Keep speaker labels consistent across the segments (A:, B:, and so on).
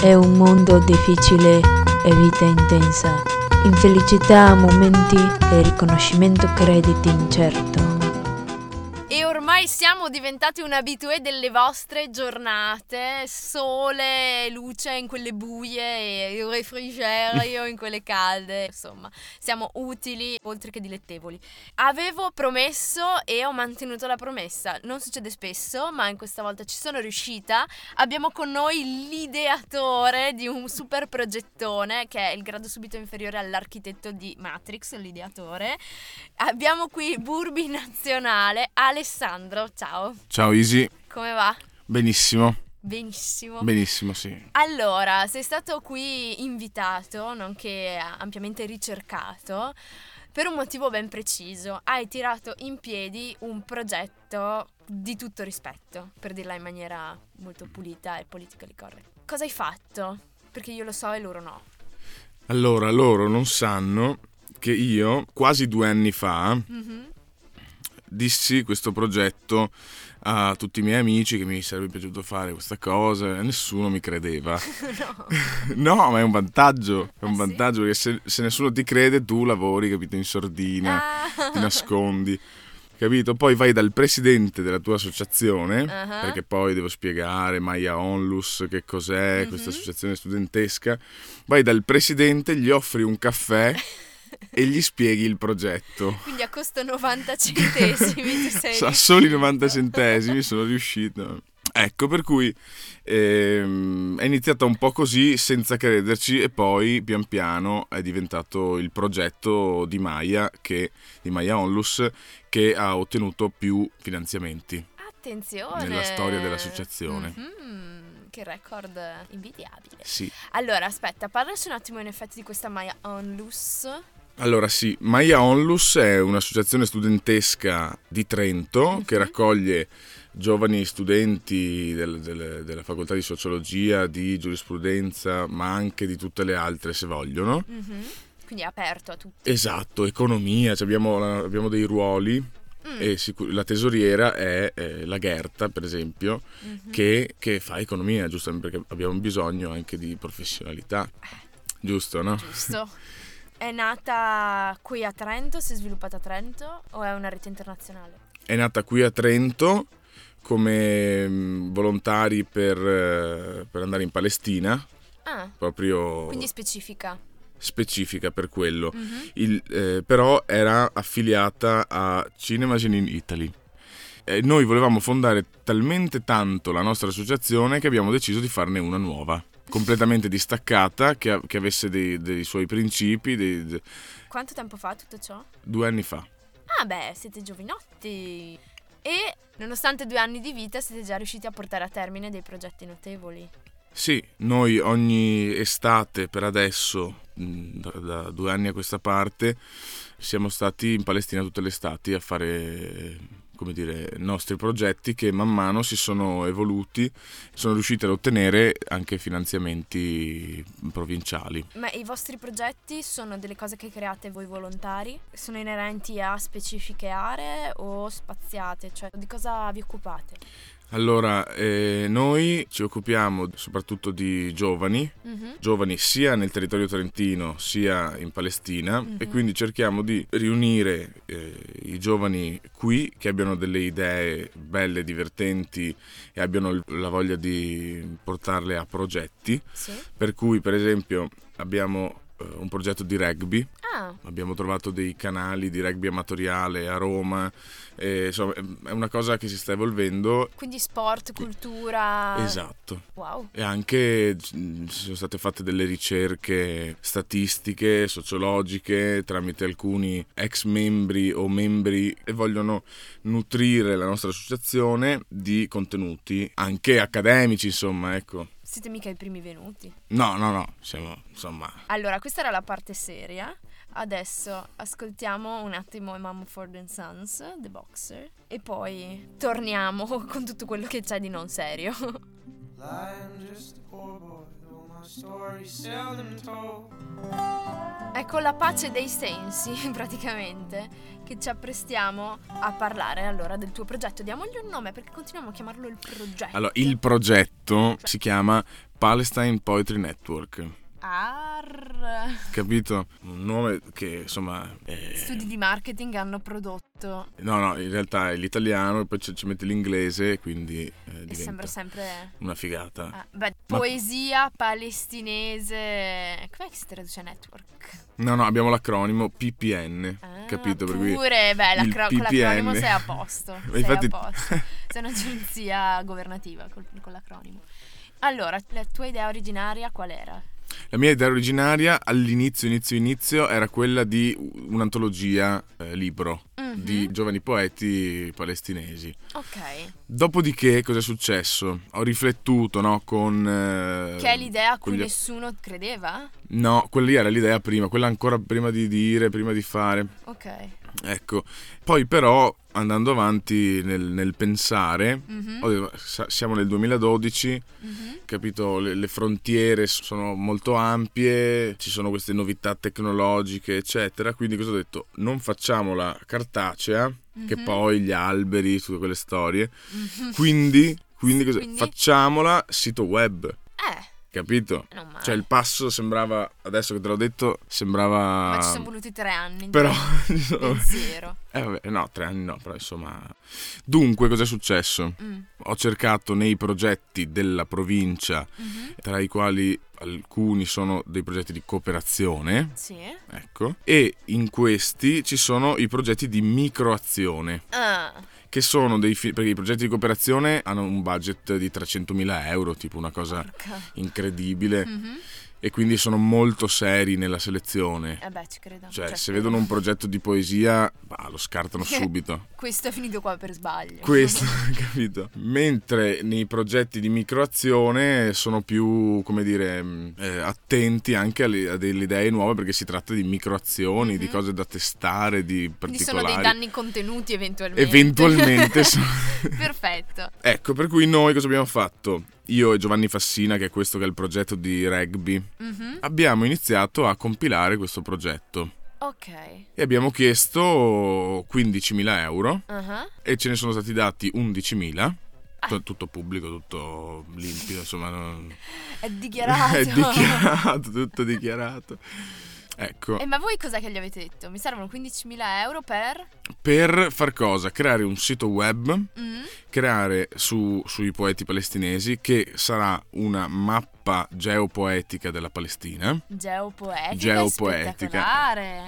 A: È un mondo difficile e vita intensa. Infelicità a momenti e riconoscimento crediti incerto.
B: E ormai siamo diventati un abitué delle vostre giornate, sole, luce in quelle buie e il refrigerio in quelle calde, insomma, siamo utili oltre che dilettevoli. Avevo promesso e ho mantenuto la promessa, non succede spesso, ma in questa volta ci sono riuscita. Abbiamo con noi l'ideatore di un super progettone che è il grado subito inferiore all'architetto di Matrix, l'ideatore. Abbiamo qui Burbi Nazionale, Alessandro, ciao,
C: Ciao Isi,
B: come va?
C: benissimo,
B: Benissimo.
C: benissimo sì.
B: Allora, sei stato qui invitato, nonché ampiamente ricercato, per un motivo ben preciso. Hai tirato in piedi un progetto di tutto rispetto, per dirla in maniera molto pulita e politically correct. Cosa hai fatto? Perché io lo so e loro no.
C: Allora, loro non sanno che io quasi due anni fa
B: Mhm.
C: dissi questo progetto a tutti i miei amici che mi sarebbe piaciuto fare questa cosa e nessuno mi credeva.
B: no.
C: No, ma è un vantaggio, è
B: Ah,
C: un
B: sì?
C: vantaggio perché se, se nessuno ti crede tu lavori, capito, in sordina,
B: Ah.
C: ti nascondi. Capito? Poi vai dal presidente della tua associazione,
B: Ah.
C: perché poi devo spiegare Maya Onlus che cos'è
B: Mhm.
C: questa associazione studentesca. Vai dal presidente, gli offri un caffè e gli spieghi il progetto.
B: Quindi a costo 90 centesimi ti sei
C: A soli
B: riuscito.
C: 90 centesimi sono riuscito. Ecco, per cui ehm, è iniziata un po' così, senza crederci, e poi pian piano è diventato il progetto di Maya, che, di Maya Onlus, che ha ottenuto più finanziamenti.
B: Attenzione!
C: Nella storia dell'associazione.
B: Mhm, Che record invidiabile.
C: Sì.
B: Allora, aspetta, parlaci un attimo in effetti di questa Maya Onlus.
C: Allora sì, Maya Onlus è un'associazione studentesca di Trento che
B: Mhm.
C: raccoglie giovani studenti del- del- della facoltà di sociologia, di giurisprudenza, ma anche di tutte le altre se vogliono.
B: Mhm. Quindi è aperto a tutti.
C: Esatto, economia, cioè abbiamo, la- abbiamo dei ruoli
B: Mm,
C: e sicur- la tesoriera è eh, la Gerta per esempio
B: mhm.
C: che, che fa economia, giusto? Perché abbiamo bisogno anche di professionalità,
B: Eh.
C: giusto no?
B: Giusto. È nata qui a Trento, si è sviluppata a Trento o è una rete internazionale?
C: è nata qui a Trento come mm, volontari per, eh, per andare in Palestina,
B: Ah,
C: proprio
B: quindi specifica.
C: specifica per quello.
B: Mhm.
C: Il, eh, però era affiliata a Cinemagen in Italy. E noi volevamo fondare talmente tanto la nostra associazione che abbiamo deciso di farne una nuova, completamente distaccata, che, a- che avesse dei, dei suoi principi dei- de-
B: Quanto tempo fa tutto ciò?
C: due anni fa.
B: Ah beh, siete giovinotti. E nonostante due anni di vita siete già riusciti a portare a termine dei progetti notevoli.
C: Sì, noi ogni estate per adesso, mh, da, da due anni a questa parte, siamo stati in Palestina tutte le estati a fare come dire, nostri progetti che man mano si sono evoluti, sono riusciti ad ottenere anche finanziamenti provinciali.
B: Ma i vostri progetti sono delle cose che create voi volontari? Sono inerenti a specifiche aree o spaziate? Cioè, di cosa vi occupate?
C: Allora, eh, noi ci occupiamo soprattutto di giovani,
B: Mhm.
C: giovani sia nel territorio trentino sia in Palestina
B: Mhm.
C: e quindi cerchiamo di riunire eh, i giovani qui che abbiano delle idee belle, divertenti e abbiano il- la voglia di portarle a progetti.
B: Sì.
C: Per cui per esempio abbiamo eh, un progetto di rugby,
B: Ah,
C: abbiamo trovato dei canali di rugby amatoriale a Roma, eh, insomma è una cosa che si sta evolvendo.
B: quindi sport, cultura.
C: Esatto.
B: Wow.
C: E anche mh, ci sono state fatte delle ricerche statistiche, sociologiche, tramite alcuni ex membri o membri che vogliono nutrire la nostra associazione di contenuti anche accademici, insomma, ecco.
B: Siete mica i primi venuti.
C: No, no, no, siamo, insomma...
B: Allora, questa era la parte seria. Adesso ascoltiamo un attimo Mamma Ford and Sons, The Boxer. E poi torniamo con tutto quello che c'è di non serio.
D: I'm just a poor boy, though my story's seldom told.
B: Ecco la pace dei sensi, praticamente, che ci apprestiamo a parlare allora del tuo progetto. Diamogli un nome perché continuiamo a chiamarlo il progetto.
C: Allora, il progetto si chiama Palestine Poetry Network.
B: Arr.
C: Eh. Capito? Un nome che insomma. è-
B: Studi di marketing hanno prodotto
C: No, no, in realtà è l'italiano e poi ci ci mette l'inglese, quindi eh,
B: e sembra
C: diventa
B: sempre
C: una figata.
B: ah, beh, poesia palestinese. eh, Com'è che si traduce network?
C: No, no, abbiamo l'acronimo PPN,
B: Ah,
C: capito? Per cui
B: Pure, beh, la
C: il
B: cro- con l'acronimo
C: PPM.
B: sei a posto. Sei
C: infatti-
B: a posto. Sei un'agenzia governativa col- con l'acronimo. Allora, la tua idea originaria qual era?
C: La mia idea originaria all'inizio, inizio, inizio era quella di un'antologia eh, libro
B: Mhm,
C: di eh, giovani poeti palestinesi.
B: Ok,
C: Dopodiché cosa è successo? Ho riflettuto, no, con... eh,
B: che è l'idea a cui
C: con gli-
B: nessuno credeva?
C: No, quella lì era l'idea prima, quella ancora prima di dire, prima di fare.
B: Ok.
C: Ecco, poi però andando avanti nel, nel pensare,
B: Mhm,
C: ho detto, "Sa- siamo nel 2012,
B: mhm.
C: capito, le, le frontiere sono molto ampie, ci sono queste novità tecnologiche, eccetera, quindi cosa ho detto? Non facciamola cartacea, che
B: Mhm.
C: poi gli alberi, tutte quelle storie,
B: Mhm.
C: quindi, quindi, cosa-
B: Quindi?
C: facciamola sito web,
B: Eh,
C: capito?
B: non male.
C: Cioè il passo sembrava, adesso che te l'ho detto, sembrava...
B: Ma ci sono voluti tre anni di
C: Però... ci sono-
B: pensiero.
C: Eh vabbè, no, tre anni no, però insomma... Dunque, cos'è successo?
B: Mm,
C: Ho cercato nei progetti della provincia,
B: mhm.
C: tra i quali alcuni sono dei progetti di cooperazione,
B: Sì.
C: ecco, e in questi ci sono i progetti di microazione,
B: Ah,
C: che sono dei... fi- perché i progetti di cooperazione hanno un budget di 300.000 euro, tipo una cosa
B: porca.
C: incredibile,
B: Mhm.
C: e quindi sono molto seri nella selezione.
B: Eh beh, ci credo.
C: Cioè,
B: Cioè,
C: se vedono un progetto di poesia, bah, lo scartano subito.
B: Questo è finito qua per sbaglio.
C: Questo, capito? Mentre nei progetti di microazione sono più, come dire, mh, eh, attenti anche alle- a delle idee nuove perché si tratta di microazioni, di
B: Mhm.
C: cose da testare, di
B: Quindi sono dei
C: particolari.
B: danni contenuti eventualmente.
C: Eventualmente sono-
B: Perfetto.
C: Ecco, per cui noi cosa abbiamo fatto? Io e Giovanni Fassina, che è questo che è il progetto di rugby,
B: Mhm.
C: abbiamo iniziato a compilare questo progetto
B: Ok.
C: e abbiamo chiesto 15.000 euro
B: Ah,
C: e ce ne sono stati dati 11.000.
B: Ah.
C: Tu- Tutto pubblico, tutto limpido, insomma, non-
B: È dichiarato.
C: è Eh, dichiarato, tutto dichiarato. Ecco,
B: Eh, ma voi cos'è che gli avete detto? Mi servono 15.000 euro per...
C: per far cosa? Creare un sito web,
B: Mm.
C: creare su- sui poeti palestinesi, che sarà una mappa geopoetica della Palestina.
B: Geopoetica.
C: Geopoetica.
B: Spettacolare.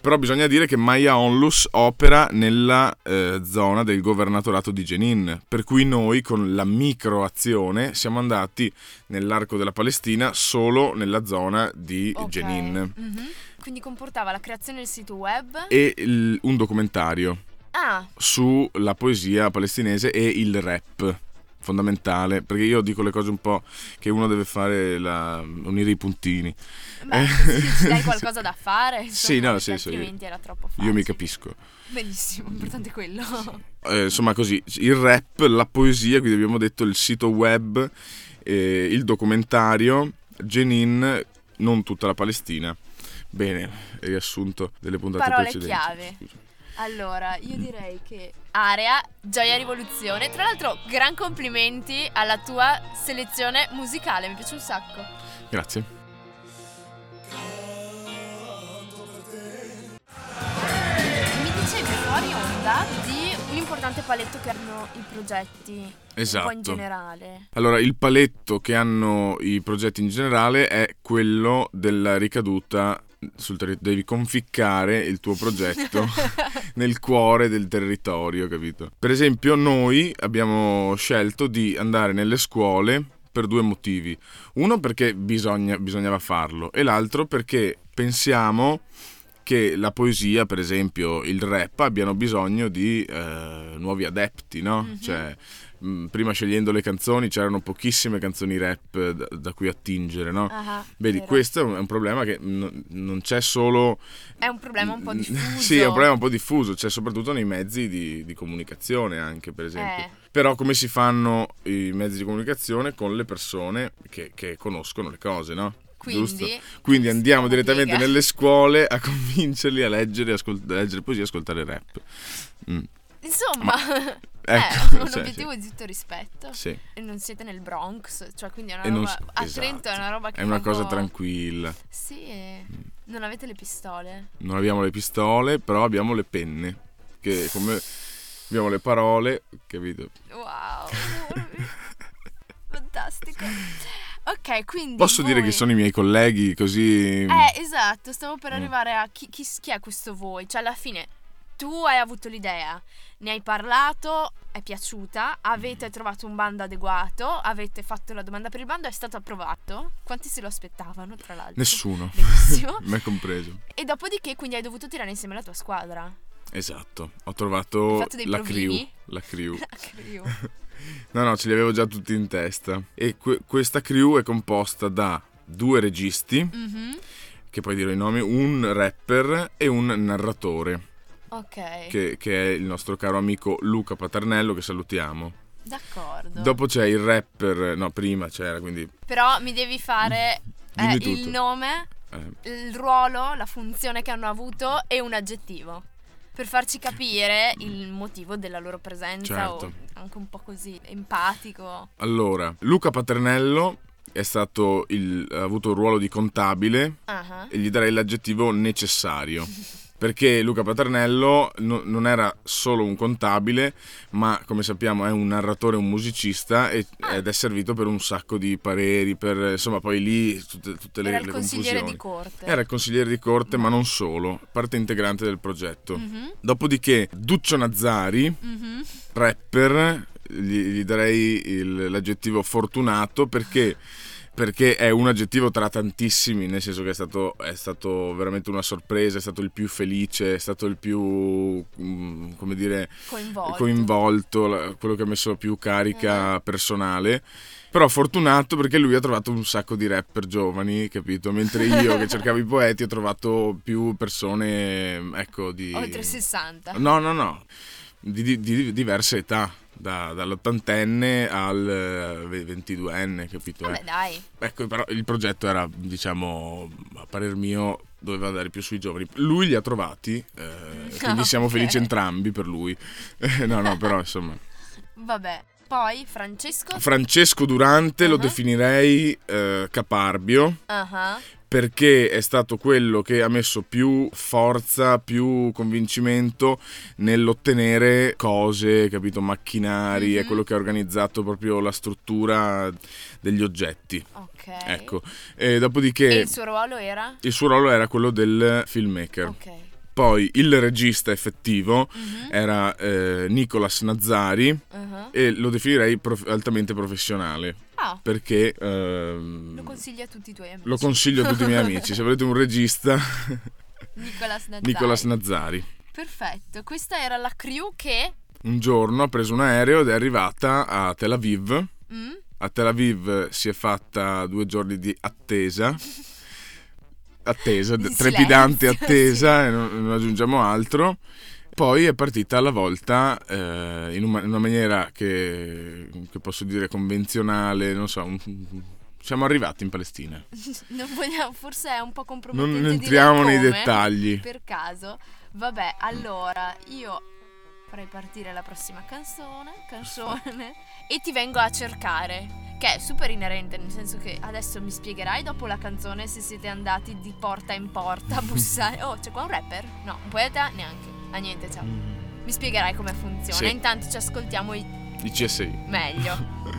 C: Però bisogna dire che Maya Onlus opera nella eh, zona del governatorato di Jenin, per cui noi con la microazione siamo andati nell'arco della Palestina solo nella zona di
B: Ok.
C: Jenin.
B: Mhm. Quindi comportava la creazione del sito web.
C: E il- un documentario
B: Ah,
C: sulla poesia palestinese e il rap. Fondamentale, perché io dico le cose un po' che uno deve fare, la- unire i puntini.
B: beh,
C: Eh.
B: così ci dai qualcosa da fare. Insomma,
C: Sì, no, sì,
B: perché
C: sì,
B: Altrimenti era troppo facile.
C: Io mi capisco.
B: Benissimo, importante quello.
C: Eh, insomma così, il rap, la poesia, quindi abbiamo detto il sito web, eh, il documentario, Jenin, non tutta la Palestina. Bene, riassunto delle puntate
B: Parole
C: precedenti.
B: chiave.
C: Scusa.
B: Allora, io direi che Area, Gioia Rivoluzione. Tra l'altro, gran complimenti alla tua selezione musicale, mi piace un sacco.
C: Grazie.
B: Mi dicevi fuori onda di un importante paletto che hanno i progetti un po' in
C: Esatto.
B: generale.
C: Allora, il paletto che hanno i progetti in generale è quello della ricaduta sul territorio. Devi conficcare il tuo progetto nel cuore del territorio, capito? Per esempio, noi abbiamo scelto di andare nelle scuole per due motivi. Uno perché bisogna- bisognava farlo e l'altro perché pensiamo che la poesia, per esempio il rap, abbiano bisogno di eh, nuovi adepti, no?
B: Mhm.
C: Cioè, mh, prima scegliendo le canzoni c'erano pochissime canzoni rap da, da cui attingere, no?
B: Ah,
C: Vedi,
B: vero.
C: questo è un è un problema che n- non c'è solo...
B: È un problema un po' diffuso.
C: Mm, Sì, è un problema un po' diffuso, c'è soprattutto nei mezzi di, di comunicazione anche, per esempio.
B: Eh,
C: Però come si fanno i mezzi di comunicazione con le persone che, che conoscono le cose, no? Giusto?
B: quindi
C: Quindi andiamo
B: Sì,
C: direttamente
B: figa.
C: nelle scuole a convincerli a leggere, ascol- a leggere poesia e ascoltare rap.
B: Insomma, eh, è
C: Mm. Ecco,
B: un
C: cioè,
B: obiettivo di tutto rispetto.
C: sì.
B: E non siete nel Bronx, cioè quindi è una
C: E non
B: roba.
C: s-
B: a
C: esatto.
B: Trento è una roba che. boh.
C: È una
B: proprio-
C: cosa tranquilla.
B: Sì, e
C: Mm.
B: non avete le pistole.
C: Non abbiamo le pistole, però abbiamo le penne. Che come abbiamo le parole, capito?
B: Wow, fantastico. Ok, quindi.
C: Posso dire
B: voi-
C: che sono i miei colleghi così.
B: Eh, esatto, stavo per
C: Mm.
B: arrivare a chi, chi, chi è questo voi? Cioè, alla fine tu hai avuto l'idea, ne hai parlato, è piaciuta,
C: Mm.
B: avete trovato un bando adeguato, avete fatto la domanda per il bando, è stato approvato. Quanti se lo aspettavano, tra l'altro?
C: Nessuno.
B: Benissimo.
C: Me compreso.
B: e dopodiché, quindi hai dovuto tirare insieme la tua squadra.
C: Esatto. Ho trovato
B: Hai fatto dei
C: la crew.
B: provini?
C: La crew.
B: Anche io.
C: No, no, ce li avevo già tutti in testa. E que- questa crew è composta da due registi,
B: Mhm.
C: che poi dirò i nomi, un rapper e un narratore,
B: Ok,
C: che, che è il nostro caro amico Luca Paternello, che salutiamo.
B: d'accordo.
C: Dopo c'è il rapper, no, prima c'era, quindi...
B: Però mi devi fare eh,
C: Mm. Dimmi
B: il
C: tutto.
B: nome,
C: eh,
B: il ruolo, la funzione che hanno avuto e un aggettivo. Per farci capire il motivo della loro presenza o
C: Certo.
B: anche un po' così empatico.
C: Allora, Luca Paternello è stato il, ha avuto il ruolo di contabile
B: Ah, ah.
C: e gli darei l'aggettivo necessario. Perché Luca Paternello no- non era solo un contabile, ma come sappiamo è un narratore, un musicista e-
B: Ah.
C: ed è servito per un sacco di pareri, per insomma poi lì tutte, tutte le,
B: Era il
C: le
B: consigliere
C: confusioni.
B: di corte.
C: Era il consigliere di corte, ma non solo, parte integrante del progetto.
B: Mhm,
C: Dopodiché Duccio Nazzari,
B: mhm.
C: rapper, gli, gli darei il- l'aggettivo fortunato perché, perché è un aggettivo tra tantissimi, nel senso che è stato, è stato veramente una sorpresa, è stato il più felice, è stato il più, mm, come dire,
B: Coinvolto. Eh.
C: coinvolto, la- quello che ha messo più carica personale. Però fortunato perché lui ha trovato un sacco di rapper giovani, capito? Mentre io che cercavo i poeti ho trovato più persone, ecco, di...
B: Oltre 60.
C: Ah, No, no, no, di, di- di diverse età, da- dall'ottantenne al eh, ventiduenne, capito?
B: Vabbè, dai.
C: Ecco, però il progetto era, diciamo, a parer mio, doveva andare più sui giovani. Lui li ha trovati, eh, quindi siamo
B: Ok.
C: felici entrambi per lui. Eh, no, no, però insomma.
B: Vabbè. Poi Francesco.
C: Francesco Durante lo
B: Ah.
C: definirei eh, caparbio.
B: Ah, ah.
C: perché è stato quello che ha messo più forza, più convincimento nell'ottenere cose, capito, macchinari, è
B: Mhm.
C: quello che ha organizzato proprio la struttura degli oggetti.
B: Ok.
C: Ecco, e dopodiché
B: E
C: il
B: il
C: suo...
B: suo ruolo era?
C: ruolo era quello del filmmaker.
B: Ok.
C: Poi il regista effettivo
B: Mhm,
C: era eh, Nicolas Nazzari
B: ah,
C: Eh. e lo definirei prof- altamente professionale
B: Ah,
C: perché ehm,
B: lo consigli a tutti i tuoi amici.
C: lo consiglio a tutti i miei amici. Se volete un regista,
B: Nicolas Nazzari.
C: Nicolas Nazzari.
B: Perfetto, questa era la crew che...
C: Un giorno ha preso un aereo ed è arrivata a Tel Aviv.
B: Mm?
C: A Tel Aviv eh, si è fatta due giorni di attesa. Attesa,
B: Di
C: trepidante
B: silenzio,
C: attesa, e non, non aggiungiamo altro. Poi è partita alla volta eh, in una, in una maniera che, che posso dire convenzionale, non so, un- siamo arrivati in Palestina.
B: Non vogliamo, forse è un po'
C: Non
B: compromettente. dire
C: entriamo nei
B: come,
C: dettagli.
B: Per caso. Vabbè, allora, io farei partire la prossima canzone, canzone, e ti vengo a cercare. Che è super inerente, nel senso che adesso mi spiegherai dopo la canzone se siete andati di porta in porta a bussare. Oh, c'è qua un rapper? No, un poeta? Neanche. Ah, niente, ciao. Mi spiegherai come funziona.
C: Mm. Sì.
B: Intanto ci ascoltiamo i-
C: Di CSI.
B: meglio.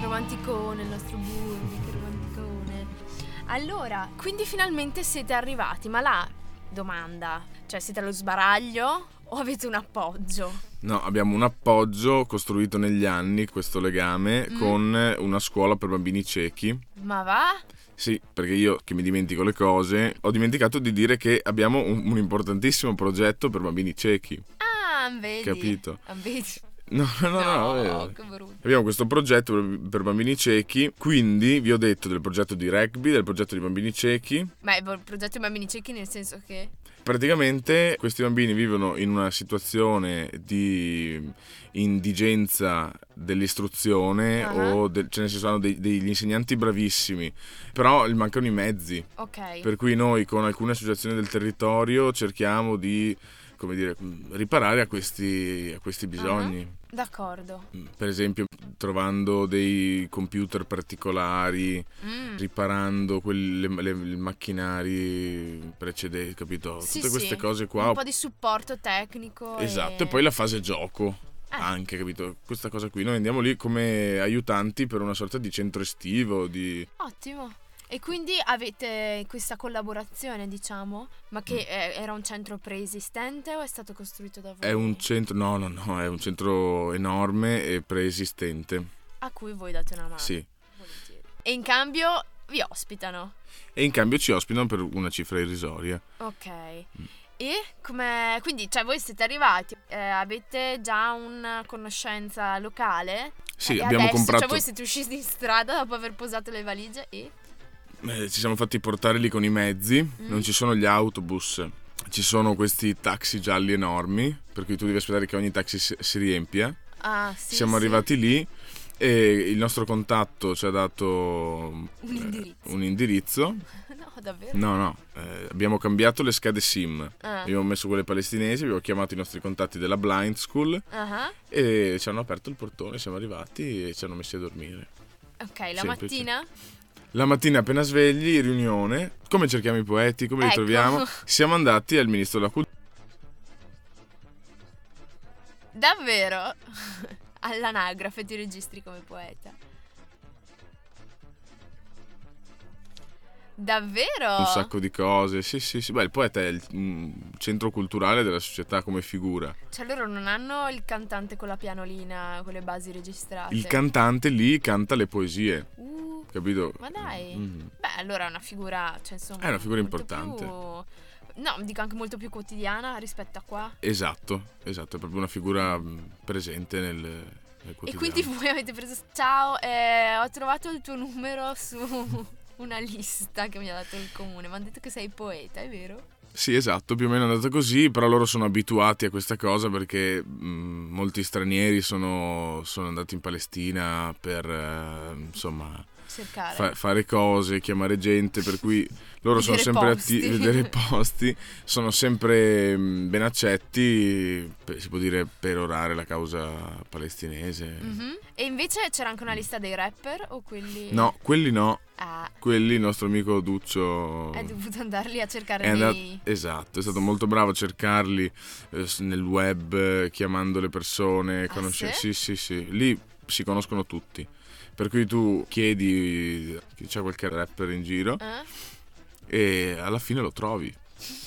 B: Romanticone il nostro Burni, che romanticone. Allora, quindi finalmente siete arrivati, ma la domanda, cioè siete allo sbaraglio o avete un appoggio?
C: No, abbiamo un appoggio costruito negli anni, questo legame,
B: Mm.
C: con una scuola per bambini ciechi.
B: Ma va?
C: Sì, perché io che mi dimentico le cose, ho dimenticato di dire che abbiamo un, un importantissimo progetto per bambini ciechi.
B: Ah, vedi.
C: Capito.
B: Ah, Vedi.
C: No, no, no, no, eh.
B: che brutto.
C: Abbiamo questo progetto per- per bambini ciechi, quindi vi ho detto del progetto di rugby, del progetto di bambini ciechi.
B: Ma è il progetto Bambini Ciechi nel senso che...
C: Praticamente questi bambini vivono in una situazione di indigenza dell'istruzione
B: Ah.
C: o del- ce ne sono dei- degli insegnanti bravissimi, però gli mancano i mezzi.
B: Ok.
C: Per cui noi con alcune associazioni del territorio cerchiamo di come dire, mh, riparare a questi, a
B: Ah.
C: questi bisogni.
B: D'accordo.
C: Mh, Per esempio trovando dei computer particolari,
B: Mm.
C: riparando quelle- le- i macchinari precedenti, capito?
B: Sì,
C: Tutte queste
B: sì.
C: cose qua.
B: Un po' di supporto tecnico.
C: Esatto, e poi la fase gioco.
B: Eh.
C: Anche, capito? Questa cosa qui. Noi andiamo lì come aiutanti per una sorta di centro estivo, di...
B: Ottimo. E quindi avete questa collaborazione, diciamo, ma che
C: Mm.
B: eh, era un centro preesistente o è stato costruito da voi?
C: È un centro... No, no, no, è un centro enorme e preesistente.
B: A cui voi date una mano.
C: Sì.
B: volentieri. E in cambio vi ospitano.
C: E in cambio ci ospitano per una cifra irrisoria.
B: Ok.
C: Mm.
B: E come... Quindi, cioè, voi siete arrivati, eh, avete già una conoscenza locale.
C: Sì,
B: E
C: abbiamo
B: adesso,
C: comprato...
B: Cioè, voi siete usciti in strada dopo aver posato le valigie e...
C: eh, ci siamo fatti portare lì con i mezzi,
B: Mm.
C: non ci sono gli autobus, ci sono questi taxi gialli enormi, per cui tu devi aspettare che ogni taxi si- si riempia.
B: Ah, sì.
C: siamo
B: sì.
C: arrivati lì e il nostro contatto ci ha dato un
B: indirizzo.
C: un indirizzo.
B: No, davvero?
C: No, no, eh, abbiamo cambiato le schede SIM.
B: Ah.
C: Abbiamo messo quelle palestinesi, abbiamo chiamato i nostri contatti della Blind School
B: Ah,
C: e ci hanno aperto il portone, siamo arrivati e ci hanno messi a dormire.
B: Ok, la
C: Semplice.
B: mattina?
C: La mattina appena svegli, riunione, come cerchiamo i poeti, come
B: Ecco.
C: li troviamo, siamo andati al ministro della cultura.
B: Davvero? All'anagrafe ti registri come poeta. Davvero?
C: Un sacco di cose, sì sì sì, beh il poeta è il mm, centro culturale della società come figura.
B: Cioè loro non hanno il cantante con la pianolina, con le basi registrate.
C: Il cantante lì canta le poesie,
B: Uh,
C: capito?
B: Ma dai.
C: Mhm.
B: beh, allora è una figura, cioè insomma...
C: È una figura
B: molto
C: importante.
B: più- No, dico anche molto più quotidiana rispetto a qua.
C: Esatto, esatto, è proprio una figura mh, presente nel, nel quotidiano.
B: E quindi voi avete preso. Ciao, eh, ho trovato il tuo numero su una lista che mi ha dato il comune. Mi hanno detto che sei poeta, è vero?
C: Sì, esatto, più o meno è andata così, però loro sono abituati a questa cosa perché mh, molti stranieri sono, sono andati in Palestina per, eh, insomma,
B: Cercare.
C: fa- fare cose, chiamare gente, per cui loro sono
B: Vedere
C: sempre
B: posti.
C: attivi, vedere posti, sono sempre mh, ben accetti, per- si può dire, per orare la causa palestinese.
B: Mhm. E invece c'era anche una lista dei rapper o quelli.
C: Mm-hmm. No, quelli no,
B: Ah,
C: quelli il nostro amico Duccio
B: hai dovuto andarli a cercare
C: è andato
B: nei.
C: esatto, è stato molto bravo a cercarli eh, s- nel web, eh, chiamando le persone,
B: Ah,
C: conosce-
B: sì?
C: sì, sì, sì, lì si conoscono tutti. Per cui tu chiedi che c'è qualche rapper in giro
B: Eh?
C: e alla fine lo trovi,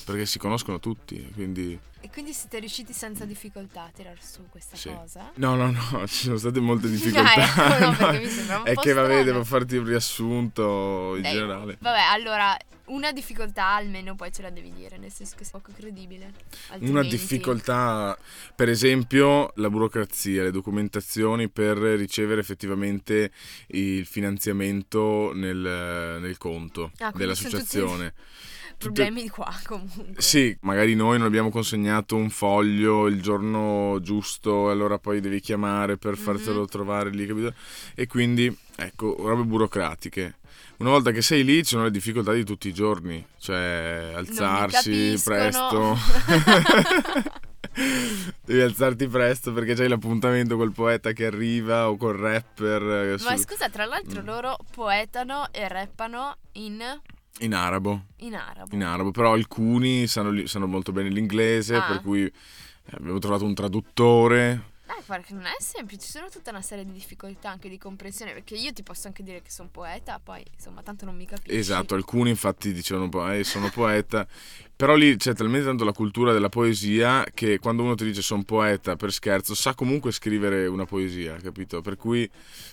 C: perché si conoscono tutti, quindi
B: E quindi siete riusciti senza difficoltà a tirar su questa
C: Sì.
B: cosa?
C: No, no, no, ci sono state molte difficoltà.
B: ecco, no, perché mi sembra un
C: È
B: po'
C: che vabbè,
B: strano.
C: devo farti un riassunto in
B: Dai,
C: generale.
B: Vabbè, allora, una difficoltà almeno poi ce la devi dire, nel senso che è poco credibile.
C: Una
B: altrimenti-
C: difficoltà, per esempio, la burocrazia, le documentazioni per ricevere effettivamente il finanziamento nel, nel conto
B: Ah, quindi sono
C: dell'associazione.
B: Problemi di qua comunque.
C: Sì, magari noi non abbiamo consegnato un foglio il giorno giusto, allora poi devi chiamare per
B: Mm-hmm.
C: fartelo trovare lì, capito? E quindi, ecco, robe burocratiche. Una volta che sei lì ci sono le difficoltà di tutti i giorni, cioè alzarsi
B: capiscono.
C: presto. devi alzarti presto perché c'hai l'appuntamento col poeta che arriva o col rapper eh,
B: Ma
C: su-
B: scusa, tra
C: Mm.
B: l'altro loro poetano e rappano in,
C: in arabo.
B: in arabo.
C: in arabo, però alcuni sanno, li- sanno molto bene l'inglese,
B: Ah.
C: per cui eh, abbiamo trovato un traduttore.
B: Dai, guarda che non è semplice, ci sono tutta una serie di difficoltà anche di comprensione, perché io ti posso anche dire che sono poeta, poi insomma tanto non mi capisci.
C: Esatto, alcuni infatti dicevano un po', eh, sono poeta, però lì c'è talmente tanto la cultura della poesia che quando uno ti dice sono poeta per scherzo sa comunque scrivere una poesia, capito? Per cui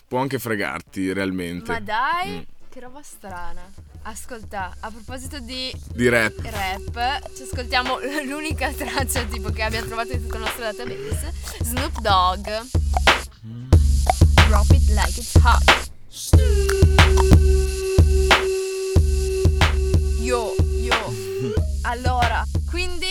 C: può anche fregarti realmente.
B: Ma dai,
C: Mm.
B: che roba strana. Ascolta, a proposito di
C: Di rap.
B: rap, ci ascoltiamo l'unica traccia tipo che abbia trovato in tutto il nostro database, Snoop Dogg. Drop it like it's hot. Yo, yo. Allora, quindi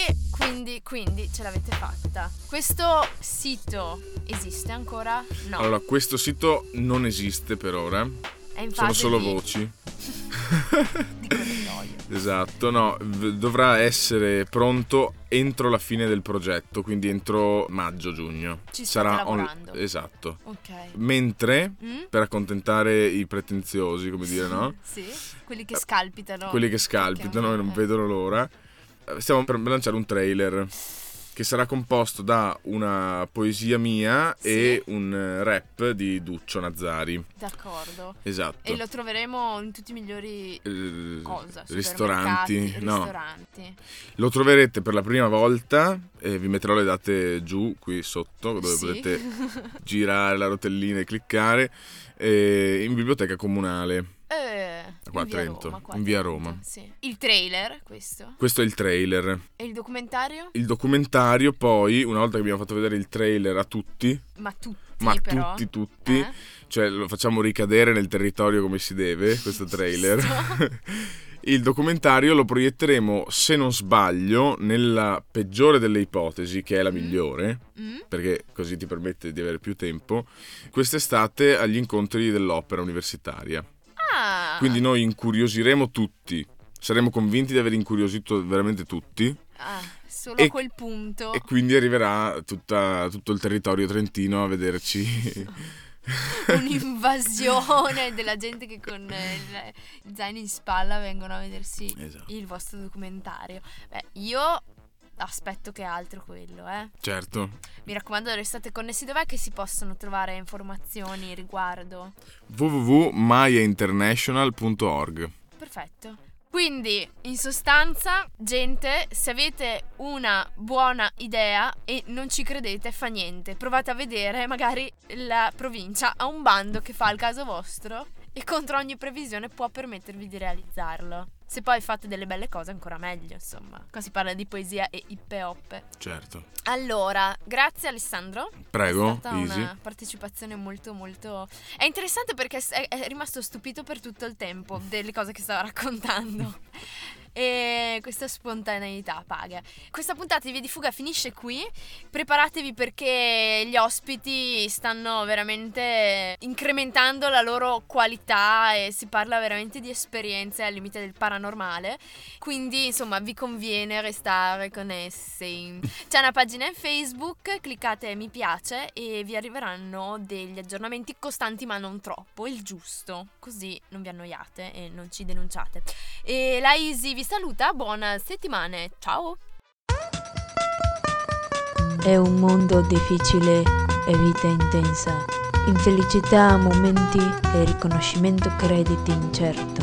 B: quindi ce l'avete fatta. Questo sito esiste ancora? No.
C: Allora, questo sito non esiste per ora,
B: è in
C: sono
B: fase
C: solo
B: di-
C: voci.
B: di corridoio.
C: Esatto, no, v- dovrà essere pronto entro la fine del progetto, quindi entro maggio-giugno.
B: Ci state
C: Sarà on-
B: lavorando.
C: Esatto.
B: Ok.
C: Mentre,
B: Mm?
C: per accontentare i pretenziosi, come dire, no?
B: Sì, Oh, quelli che scalpitano.
C: Quelli che scalpitano e non
B: eh.
C: vedono l'ora, eh, stiamo per lanciare un trailer che sarà composto da una poesia mia
B: Sì.
C: e un eh, rap di Duccio Nazzari.
B: D'accordo.
C: Esatto.
B: E lo troveremo in tutti i migliori
C: Eh,
B: cosa?
C: ristoranti,
B: supermercati,
C: no,
B: Ristoranti.
C: Lo troverete per la prima volta e vi metterò le date giù qui sotto dove
B: Sì.
C: potete girare la rotellina e cliccare eh, in biblioteca comunale.
B: Eh,
C: Qua a
B: in via
C: Trento,
B: Roma, qua a
C: in via
B: Trento,
C: Roma.
B: sì. Il trailer, questo.
C: Questo è il trailer.
B: E il documentario?
C: Il documentario poi, una volta che abbiamo fatto vedere il trailer a tutti,
B: Ma tutti,
C: ma
B: però.
C: tutti tutti,
B: Eh?
C: cioè lo facciamo ricadere nel territorio come si deve, questo trailer. Il documentario lo proietteremo, se non sbaglio, nella peggiore delle ipotesi, che è la
B: Mm.
C: migliore,
B: Mm?
C: perché così ti permette di avere più tempo, quest'estate agli incontri dell'opera universitaria.
B: Ah,
C: Quindi noi incuriosiremo tutti, saremo convinti di aver incuriosito veramente tutti
B: ah, solo
C: e-
B: a quel punto.
C: e quindi arriverà tutta- tutto il territorio trentino a vederci.
B: Un'invasione della gente che con eh, il zaino in spalla vengono a vedersi
C: Esatto.
B: il vostro documentario. Beh, io aspetto che altro quello, eh.
C: Certo.
B: Mi raccomando, restate connessi. Dov'è che si possono trovare informazioni riguardo?
C: www.maiainternational.org
B: Perfetto. Quindi, in sostanza, gente, se avete una buona idea e non ci credete, fa niente. Provate a vedere, magari la provincia ha un bando che fa al caso vostro e contro ogni previsione può permettervi di realizzarlo. Se poi fate delle belle cose, ancora meglio, insomma. Qua si parla di poesia e ippe oppe.
C: Certo.
B: Allora, grazie Alessandro. È
C: Prego,
B: stata
C: Easy.
B: una partecipazione molto molto... È interessante perché s- è, è rimasto stupito per tutto il tempo delle cose che stava raccontando. E questa spontaneità paga. Questa puntata di Via di Fuga finisce qui. Preparatevi perché gli ospiti stanno veramente incrementando la loro qualità e si parla veramente di esperienze al limite del paranormale. Quindi, insomma, vi conviene restare connessi. C'è una pagina in Facebook, cliccate mi piace e vi arriveranno degli aggiornamenti costanti ma non troppo, il giusto, così non vi annoiate e non ci denunciate. E la Easy vi saluta, buona settimana, ciao!
A: È un mondo difficile e vita intensa. Infelicità a momenti e riconoscimento crediti incerto.